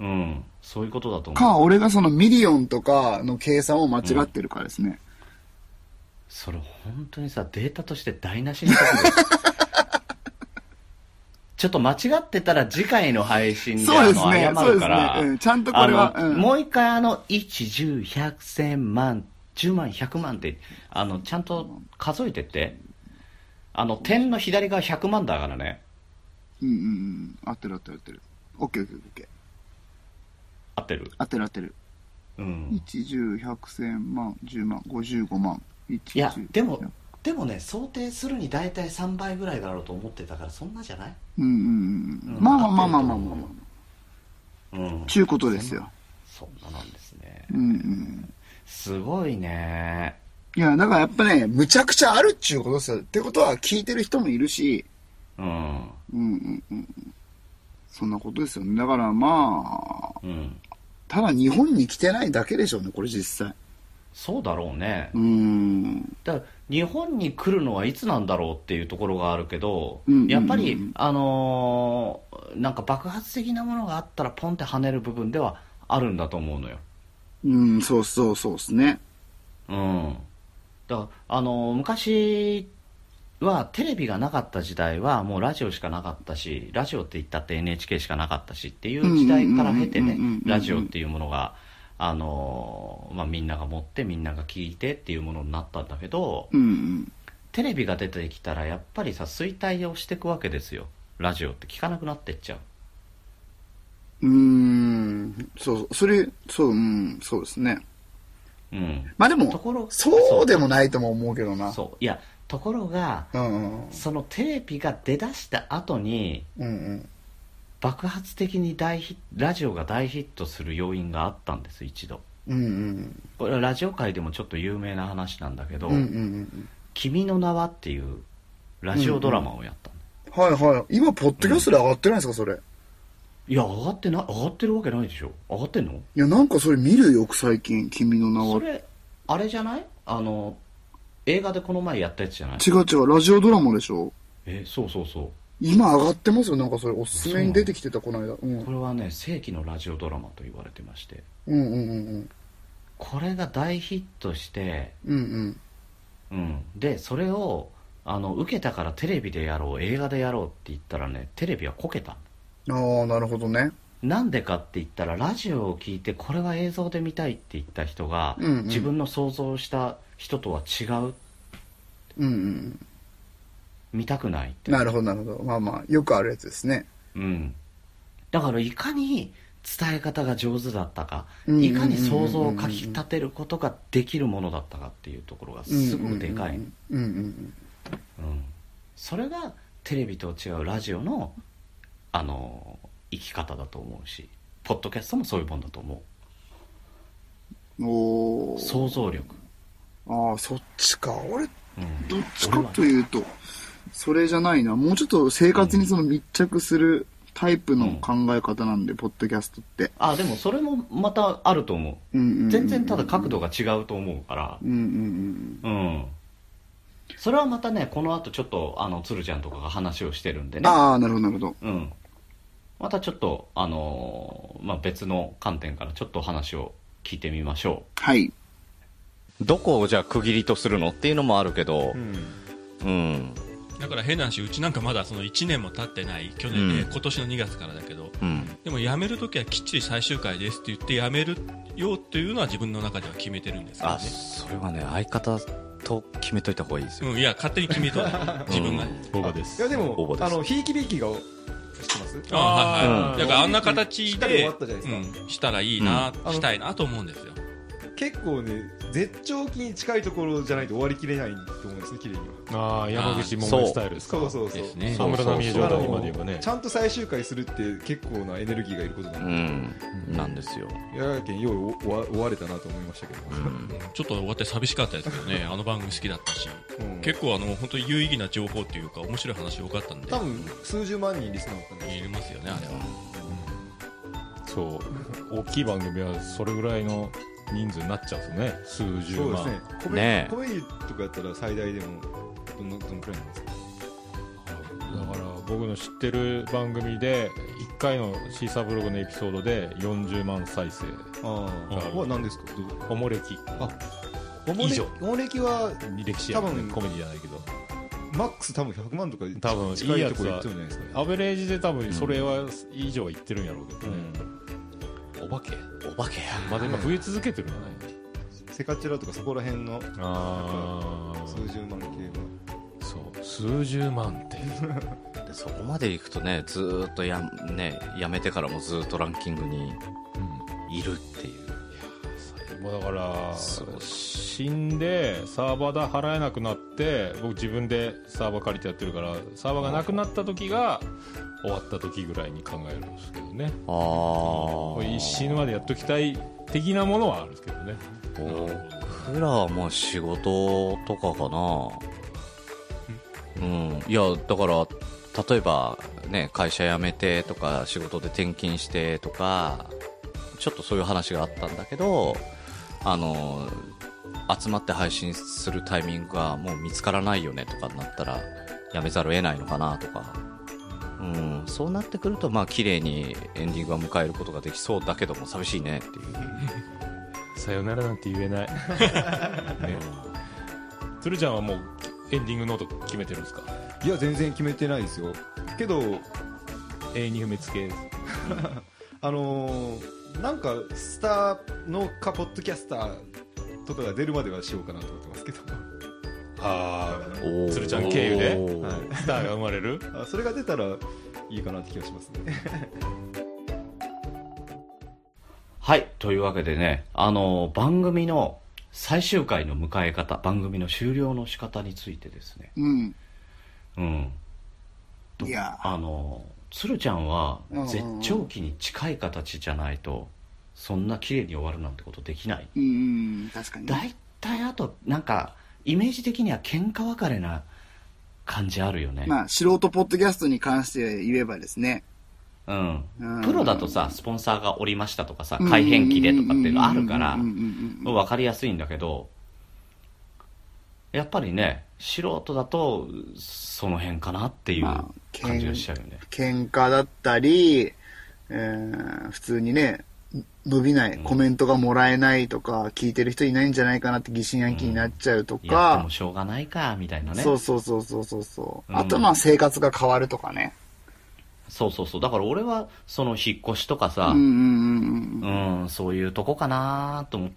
うん。そういうことだと思う。
か、俺がそのミリオンとかの計算を間違ってるからですね。
それ、本当にさ、データとして台無しにしてくる。ちょっと間違ってたら次回の配信で
そうですね
あの謝るから
そうですねうんち ゃんとこれは
あの
うん
もう一回あの1、10、100、1000万、10万、100万ってあのちゃんと数えてってあの点の左側100万だからね
うんうんうん。合ってる合ってる合ってる。オッケーオッケーオッケー。
合ってる、
合ってる合ってる。
うん、
一十百千万、十万、五十五万。い
いやでもでもね想定するに大体3倍ぐらいだろうと思ってたからそんなじゃない
うんうん
う
うんうんん。まあまあまあまあまあま
合
あ
ってると
ま
思うん
あ。ちゅうことですよ。
そんななんですね
うんうん。
すごいね
いや、だからやっぱね、
むちゃくちゃあるっちゅうことですよ。ってことは、
聞いてる人もいるし、
うん
うんうんうんうん。そんなことですよね。だからまあ、
うん
ただ日本に来てないだけでしょうね、これ実際。
そうだろうね
うーん。
だから日本に来るのはいつなんだろうっていうところがあるけど、
うんうんうん
やっぱり、あのーなんか爆発的なものがあったらポンって跳ねる部分ではあるんだと思うのよ。
うん、そうそうそうですね。
うん、だからあの昔はテレビがなかった時代はもうラジオしかなかったしラジオって言ったって NHK しかなかったしっていう時代から経て
う
ね
んうんうんうんうん
ラジオっていうものがあの、まあ、みんなが持ってみんなが聞いてっていうものになったんだけど
うん
テレビが出てきたらやっぱりさ衰退をしていくわけですよラジオって聞かなくなってっちゃう。
うん。うーん。そう、それ、そう、うん、そうですね。
うん、
まあで
ところ
も、そうでもないとも思うけどな。
そういやところが
うんうん
そのテレビが出だした後に
うんうん。
爆発的に大ヒラジオが大ヒットする要因があったんです一度
うんうん。
これはラジオ界でもちょっと有名な話なんだけど「
うんうんうん。
君の名は」っていうラジオドラマをやったの、
はいはい。今、ポッドキャストで上がってないんですか、それ。
いや上がってない上がってるわけないでしょ上がってんの
いや、なんかそれ見るよ、よく最近、君の名
そ
は。
れあれじゃないあの映画でこの前やったやつじゃない
違う違う、ラジオドラマでしょ
えそうそうそう
今上がってますよ、なんかそれ、おすすめに出てきてた、この間。うん。
これはね世紀のラジオドラマと言われてまして
うんうんうん
これが大ヒットして
うん。うんう
う
ん。
ん、でそれをあの受けたからテレビでやろう映画でやろうって言ったらねテレビはこけた
ああ、なるほどね。
なんでかって言ったらラジオを聞いてこれは映像で見たいって言った人が、
うんうん
自分の想像した人とは違う
うんうん。
見たくないって、
なるほど、なるほど。まあまあ、よくあるやつですね。
うん、だからいかに伝え方が上手だったか
うんうんうん
いかに想像をかきたてることができるものだったかっていうところがすごくでかい、
うんうんうん。
うん、それがテレビと違うラジオのあの生き方だと思うしポッドキャストもそういうもんだと思
お
う
ー
想像力、
ああ、そっちか。俺、
うん、
どっちかというと、それじゃないな。もうちょっと生活にその密着するタイプの考え方なんで、ポッドキャストって。
あでもそれもまたあると思
うんうんうんう
うん全然ただ角度が違うと思うから
うんうんうん。
うんそれはまたねこの後ちょっとあの鶴ちゃんとかが話をしてるんでね
ああ、なるほど、なるほど。
うんまたちょっとあのまあ、別の観点からちょっと話を聞いてみましょう
はい。
どこをじゃあ区切りとするのっていうのもあるけど
う、ん
うん、
だから変な話うちなんかまだその1年も経ってない去年で、
うん
今年の2月からだけど
うん、
でも辞めるときはきっちり最終回ですって言って辞めるよっていうのは自分の中では決めてるんですけど
あ、
ね
それはね、相方と決めといた方がいいですよ。
うん、いや勝手に決めとる自分が、
う
ね
ん
大場です
いやで
応募
も
です
あのひいきびいきが知ってます
あ
うん
あはいはいだからあんな形
しっかり終
で
わったじゃないですか、
うん、したらいいな、
うん
したいなと思うんですよ
結構ね絶頂期に近いところじゃないと終わりきれないと思うんですね綺麗には
ああ山口
そう
百恵スタイルですか
そうそうそう
ですね
沢村奈美恵状態にまで言えばね
ちゃんと最終回するって結構なエネルギーがいることな
うん
で、
ん、なんですよ。
いやけんよう終わ終われたなと思いましたけど、
うん
ちょっと終わって寂しかったですけど ねあの番組好きだったし
うん
結構あの本当に有意義な情報っていうか面白い話多かったんで
多分数十万人リスナーだったんで
言えますよねあれは
そう大きい番組はそれぐらいの人数になっちゃうんですね数十
そうで
万
すねコメ
ねえ
コメディとかやったら最大でもどのどのくらいなんですか
だから僕の知ってる番組で1回のシーサーブログのエピソードで40万再生
あ
あ
あ何ですかどう
おもれき
おもれ
以上
おもれきは
歴史やね
多分
コメディじゃないけど
マックス多分100万とか
多分
近
いい
い
や
とこ
つ
ろい
は
っちゃうんじゃないですかね
アベレージで多分それは以上はいってるんやろうけどね、お化け
お化けや。
まあでも増え続けてるのね
セカチュラとかそこら辺の
ああ
数十万系
そう数十万って
でそこまで行くとね、ずーっとや,、ね、やめてからもずーっとランキングにいるっていう。
もうだから
すごい
死んでサーバー代払えななくなって僕自分でサーバー借りてやってるからサーバーがなくなった時が終わった時ぐらいに考えるんですけどね
あ
これ
あ。
死ぬまでやっときたい的なものはあるんですけどね
僕らはもう仕事とかかな。うん。いや、だから、例えば、ね、会社辞めてとか、仕事で転勤してとか、ちょっとそういう話があったんだけど、あの、集まって配信するタイミングがもう見つからないよねとかになったら、やめざるを得ないのかなとか。うん、そうなってくると、まあ、綺麗にエンディングは迎えることができそうだけども、寂しいねっていう。
さよならなんて言えない ね鶴ちゃんはもうエンディングノート決めてるんですか
いや全然決めてないですよけど
永遠に埋め付け
あのーなんかスターのかポッドキャスターとかが出るまではしようかなと思ってますけど、
あ
おー
鶴ちゃん経由で
おー
はい
スターが生まれる
あそれが出たらいいかなって気がしますね
はい。というわけでね、あの、番組の最終回の迎え方、番組の終了の仕方についてですね。
うん。
うん。
いや
あの、鶴ちゃんは
うんうんうん
絶頂期に近い形じゃないと、そんな綺麗に終わるなんてことできない。
ー、うんうん、確かに。
大体あと、なんか、イメージ的には喧嘩別れな感じあるよね。
まあ、素人ポッドキャストに関して言えばですね。
うん
うん。
プロだとさ、スポンサーがおりましたとかさ、改変期でとかっていうのあるから
うん、うんうんうんうん
分かりやすいんだけどやっぱりね素人だとその辺かなっていう
まあ
感じがしちゃうよね、
喧嘩だったり、えー普通にね、伸びない、コメントがもらえないとか、聞いてる人いないんじゃないかなって疑心暗鬼になっちゃうと
やって
か
も、しょうがないかみたいなね
そうそうそうそうそうそう。
うん
あとまあ生活が変わるとかね。
そうそうそうだから俺はその引っ越しとか
う
さ
んう、んうんうん。
うん、そういうとこかなと思っ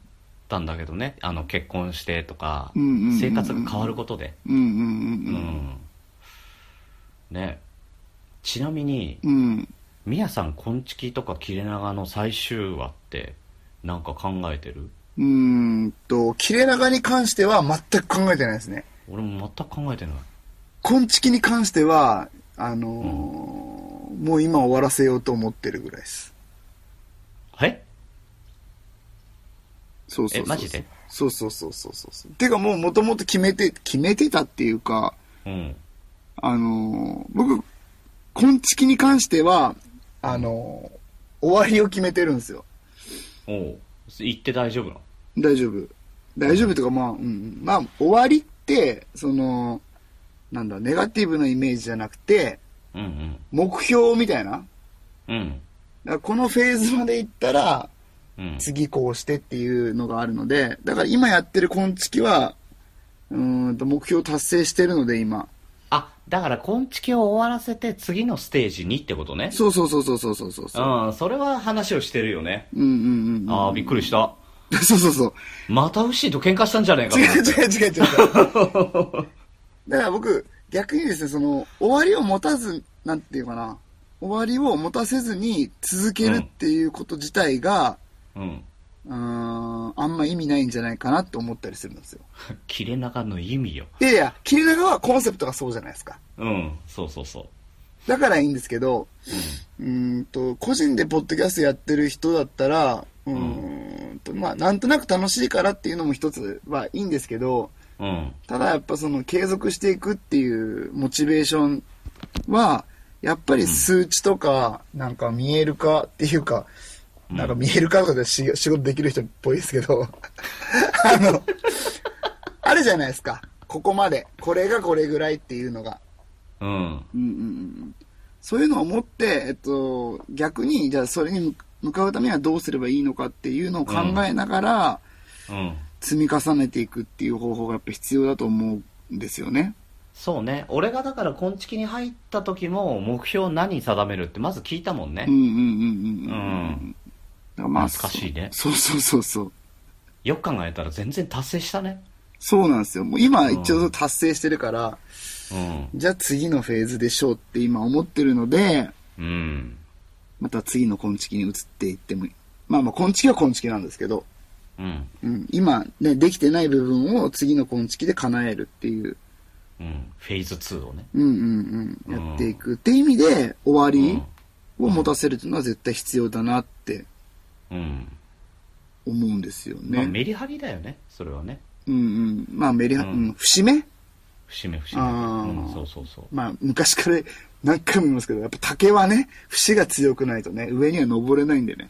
たんだけどねあの結婚してとか、
うんうんうんうん
生活が変わることで、
うんうん
う
うんん
ねちなみに
うん。うん。
みやさん「こんちき」とか「切れ長」の最終話ってなんか考えてる
うーんと、切れ長に関しては全く考えてないですね。
俺も全く考えてない
昆虫に関しては、あのーもう今終わらせようと思ってるぐらいです。
はい
そうそうそうそう。
えマジで
そうそうそうそうそうそう。てかもうもともと決めて、決めてたっていうか、
うん。
あのー僕、昆虫に関しては、あのー終わりを決めてるんですよ。
おう言って大丈夫なの
大丈夫。大丈夫とか、まあ、うん。まあ、終わりって、その、なんだ、ネガティブなイメージじゃなくて、
うん
目標みたいな。だか
うん。うん。
らこのフェーズまで行ったら、
うん。
次こうしてっていうのがあるので、だから今やってる昆虫は、うーんと目標達成してるので今。
あ、だから、こんちきを終わらせて、次のステージにってことね。
そうそうそうそうそうそうそう。
うん、それは話をしてるよね。
うんうんうん。
ああ、びっくりした。
そうそうそう。
またウッシーと喧嘩したんじゃないかと
違
思っ
う
て
違う違う違う。だから僕、逆にですね、その、終わりを持たず、なんていうかな、終わりを持たせずに続けるっていうこと自体が、
うん。
うーん、あんま意味ないんじゃないかなと思ったりするんですよ。
切れ長の意味よ。
いやいや、切り長はコンセプトがそうじゃないですか。
うん、そうそうそう。
だからいいんですけど、うーんと、個人でポッドキャストやってる人だったら、うーんと、まあ、なんとなく楽しいからっていうのも一つはいいんですけど、
うん。
ただやっぱその継続していくっていうモチベーションは、やっぱり数値とか、なんか見える化っていうか、なんか見える化とかでし仕事できる人っぽいですけど、 あの、あるじゃないですか。ここまで。これがこれぐらいっていうのが。
うん。
うんうんうん、そういうのを持って、えっと、逆に、じゃあそれに向向かうためにはどうすればいいのかっていうのを考えながら、
うん。
積み重ねていくっていう方法がやっぱ必要だと思うんですよね。
そうね。俺がだから、こんちきに入った時も、目標何定めるって、まず聞いたもんね
うん。うんうんうんう。
うんん。
だからまあ、
懐かしいね
そう そうそうそう。
よく考えたら、全然達成したね。
そうなんですよ。もう今一応達成してるから、
うん。
じゃあ次のフェーズでしょうって今思ってるので、
うん。
また次の昆虫に移っていってもいい。まあまあ、昆虫は昆虫なんですけど、
うん。
うん、今、ね、できてない部分を次の昆虫で叶えるっていう、
うん。フェーズ2をね。
うんうんうん、やっていくって意味で、終わりを持たせるというのは絶対必要だなって
うん。
思うんですよ
まあ、
ね。
メリハリだよね、それはね。
うんうん。まあ、メリハ、
うん
うん、節目
節目節目。
あ
う
ー
ん、そうそうそう。
まあ、昔から何回も言いますけど、やっぱ竹はね、節が強くないとね、上には登れないんでね。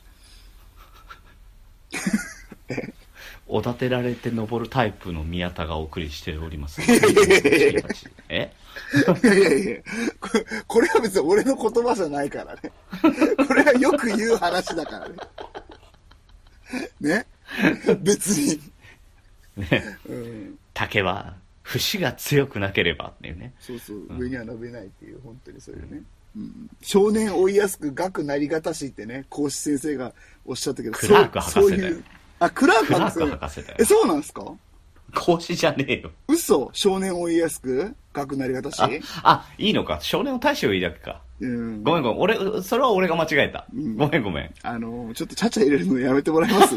おだてられて登るタイプの宮田がお送りしてお ります。え
いやいやいや、これこれは別に俺の言葉じゃないからね。 これはよく言う話だからね。ね別に。
ね
うん。
竹は節が強くなければっていうね。
そうそう、
ん
上には伸びないっていう、本当にそういうね。うん、少年追いやすく学なりがたしってね、講師先生がおっしゃったけど、
クラーク
そう
博士だ
そう
よ
いう。あ、クラー
ク
ク
ラー
博
ク
士
博士だ
え、
よ。
そうなんですか
講師じゃねえよ。
嘘少年追いやすく学なりがたし
あ、あ、いいのか。少年を大使を言いだけか。
うん。
ごめんごめん。俺、それは俺が間違えた。
ん
ごめんごめん。
あの、ちょっとちゃちゃ入れるのやめてもらえ ます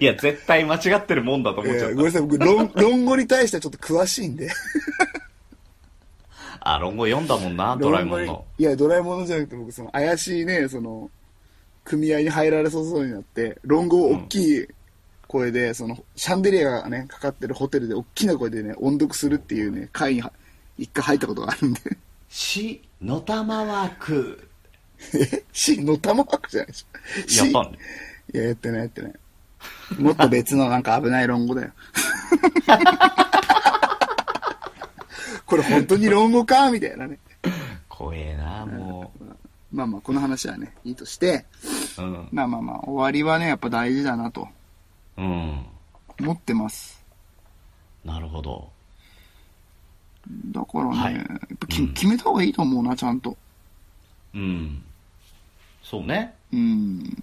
いや、絶対間違ってるもんだと
い
思っちゃ
や
っ
ごめんなさい、僕、論、論語に対してはちょっと詳しいんで。
た。あ、論語読んだもんな、ドラえもんの。
いや、ドラえもんのじゃなくて、僕、その、怪しいね、その、組合に入られそうそうになって、論語を大きい声で、その、シャンデリアがね、かかってるホテルで大きな声でね、音読するっていうね、会には一回入ったことがあるんで。
し、のたまわく。
え死の玉枠じゃないでし
や
ょ。
ったんね
いや、やってない、やってない。もっと別のなんか危ない論語 だよ。これ本当に論語かみたいなね。
怖えな、も
まあまあ、この話はね、いいとして、
う。うん。
まあまあまあ、終わりはね、やっぱ大事だなと
うん。
思ってます。
なるほど。
だからね、
はい
やっぱき
うん
決めた方がいいと思うな、ちゃんと。
うん。そうね。
うん。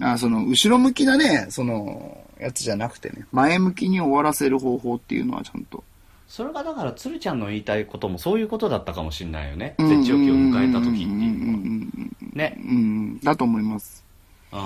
あその、後ろ向きなね、その、やつじゃなくてね、前向きに終わらせる方法っていうのはちゃんと。
それがだから、鶴ちゃんの言いたいこともそういうことだったかもしれないよね。
うん
絶頂期を迎えた時っていううん
うん
の
う
は。
んうん
ね。
うんうん、だと思います。
うん。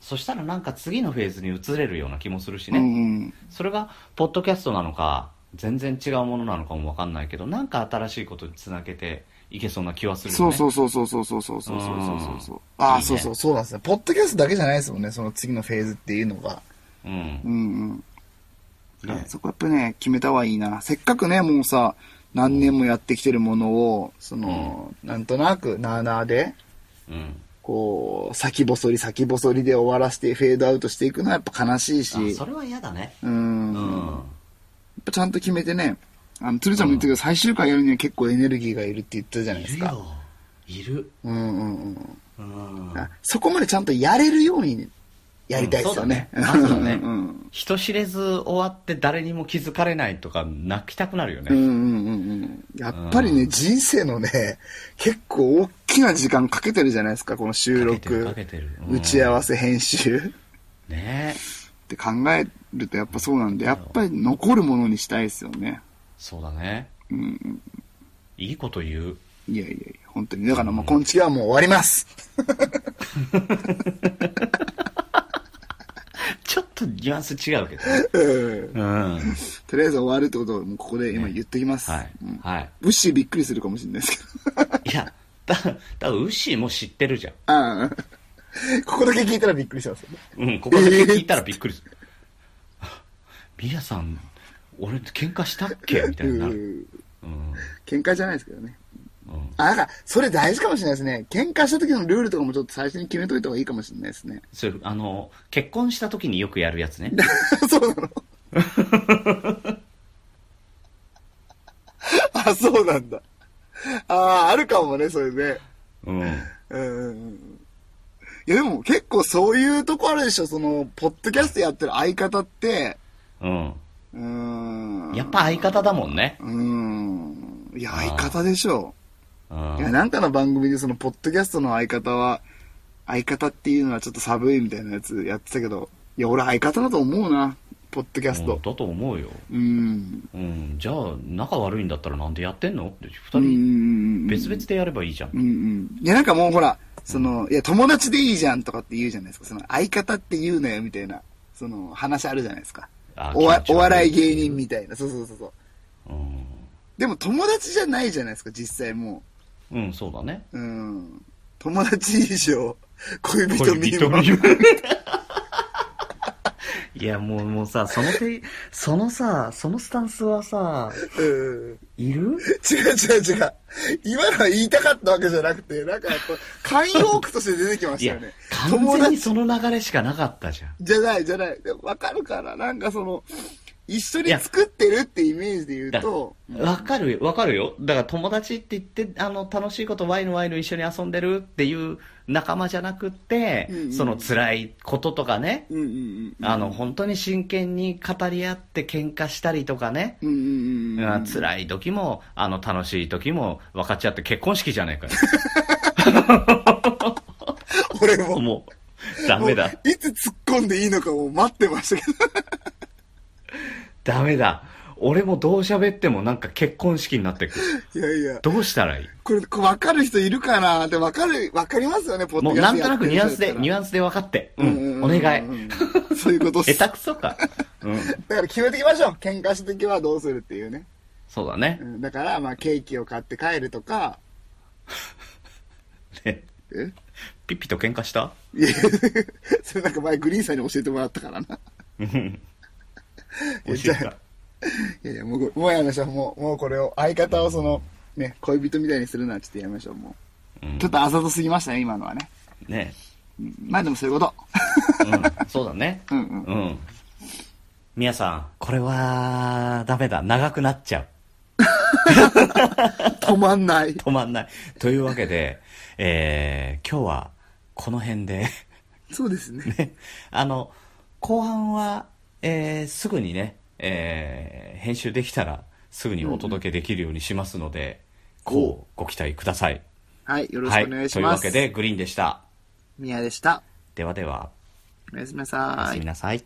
そしたらなんか次のフェーズに移れるような気もするし
う
ね。
ん
それが、ポッドキャストなのか、全然違うものなのかもわかんないけど、なんか新しいことにつなげていけそうな気はす
うん
るよね。
そうそうそうそうそうそうそうそうそうそうそう。ああ、そうそう、そうなんですね。ポッドキャストだけじゃないですもんね、その次のフェーズっていうのが。
う。うん
う。んうん。
ね
そこやっぱね、決めた方がいいな。せっかくね、もうさ、何年もやってきてるものを、その、なんとなく、なあなあで、
うん。
こう、先細り先細りで終わらせて、フェードアウトしていくのはやっぱ悲しいし、
あ、それは嫌だね。
うん。
う
やっ
ん。
ぱちゃんと決めてね、あの、鶴ちゃんも言ったけど、最終回やるには結構エネルギーがいるって言ったじゃない
い
です
る
か。
よ。いる。
うんうんうん。
うん。
あそこまでちゃんとやれるようにやりたいですよね。
うんそうだねまずは ね
うんうん
人知れず終わって誰にも気づかれないとか泣きたくなるよ
うん
ね。
うんうんうん。やっぱりね、
うん
人生のね、結構大きな時間かけてるじゃないですか、この収
かけてるか
録
け、てる。うん
打ち合わ。せ、編集っ
ねえ。
て考えるとやっぱそうなんで、やっぱり残るものにしたいですよね。
そうだね。
うんうん。
いいこと言う。
いやいやいや、本当に。だからもう、今月はもう終わります。
ちょっとニュアンス違うけど。
うん
うん。はい。
とりあえず終わるってことを、もうここで今言っときます。うん
はい。
ウッシーびっくりするかもしれないですけど。
いや、だ、だ、ウッシーも知ってるじゃん。
あ あ。ここだけ聞いたらびっくりしますよね。
うん、ここだけ聞いたらびっくりする。ミヤさん、俺喧嘩したっけみたいにな
う
る。
ん
うん。
喧嘩じゃないですけどね。
うん。
あ、なんか、それ大事かもしれないですね。喧嘩した時のルールとかもちょっと最初に決めといた方がいいかもしれないですね。
それ、あの、結婚した時によくやるやつね。
そうなの あ、そうなんだ。ああ、あるかもね、それね。
うん。
うんうんうん。いや、でも結構そういうとこあるでしょ。その、ポッドキャストやってる相方って、
うん。
うーん。
やっぱ相方だもんね。
うーん。いや、相方でしょう。
うん
いや、なんかの番組でその、ポッドキャストの相方は、相方っていうのはちょっと寒いみたいなやつやってたけど、いや、俺相方だと思うな、ポッドキャス
う
ト
ん。だと思うよ。
うん。
うん。じゃあ、仲悪いんだったらなんでやってんのって、
う
二
んう
人
ん。
別々。でやればいいじゃん
う。んうん。いや、なんかもうほら、その、いや、友達でいいじゃんとかって言うじゃないですか。その、相方って言うなよみたいな、その、話あるじゃないですか。
あ
おわ
気持ち悪
お笑い芸人みたいな。そうそうそうそう。
うん。
でも友達じゃないじゃないですか、実際も
うん、そうだね。
う。うん。友達以上、恋人未
恋人
満
未。
いや、もう、もうさ、その手、そのさ、そのスタンスはさ、
うん。
いる
違う違う違う。今のは言いたかったわけじゃなくて、なんかやっぱ、慣用句として出てきま
い
した
や
よね。、
完全にその流れしかなかったじゃん。
じゃない、じゃない。でもわかるから、なんかその、一緒に作ってるってイメージで言うと、
わかる、わかるよ。だから友達って言って、あの、楽しいことワイのワイの一緒に遊んでるっていう仲間じゃなくって、
うんうん
その辛いこととかね、
うんうんうん。
あの、本当に真剣に語り合って喧嘩したりとかね、
うんうんうん。
うん辛い時も、あの、楽しい時も分かち合って結婚式じゃないかよ。
俺も、
もう、ダメだ
も。ういつ突っ込んでいい のかもう待ってましたけど。
ダメだ。俺もどう喋ってもなんか結婚式になってく
い
る。
やいや、
どうした らいい
これ、これ分かる人いるかなって分かる、分かりますよね、ポッ
も
ド
う
キャ
な
スト
んとなくニュアンスで、ニュ
アン
アンスで分かって。
ス
うん、お願い。
そういうことっす。
下手くそか。うん。
だから決めていきましょう。喧嘩した時はどうするっていうね。
そうだね
う。ん、だから、まあ、ケーキを買って帰るとか、
ね
え
ピッピと喧嘩した
いやそれなんか前グリーンさんに教えてもらったからな。
教え
じゃ
て
あ
た。
いやいや、もう、もうやめましょう。もう、もうこれを、相方をその、ね、恋人みたいにするのはちょっとやめましょう、もう。ちょっとあざとすぎましたね、今のはね。
ね。
まあでもそういうこと。
うん。そうだね。
うんうん。
うん。皆さん、これは、ダメだ。長くなっちゃう。
止まんない。
止まんない。というわけで、 えー、今日は、この辺で、
そうですね。
ね、あの、後半は、えー、すぐにね、えー、編集できたら、すぐにお届けできるようにしますので、こう、ご期待ください。
はい、よろ
は
し
い。
くお願いし
という
ま
わ
す。
けで、グリーンでした。
宮でした。
ではでは、
おやすみな
おや
さ
す
い
み。なさい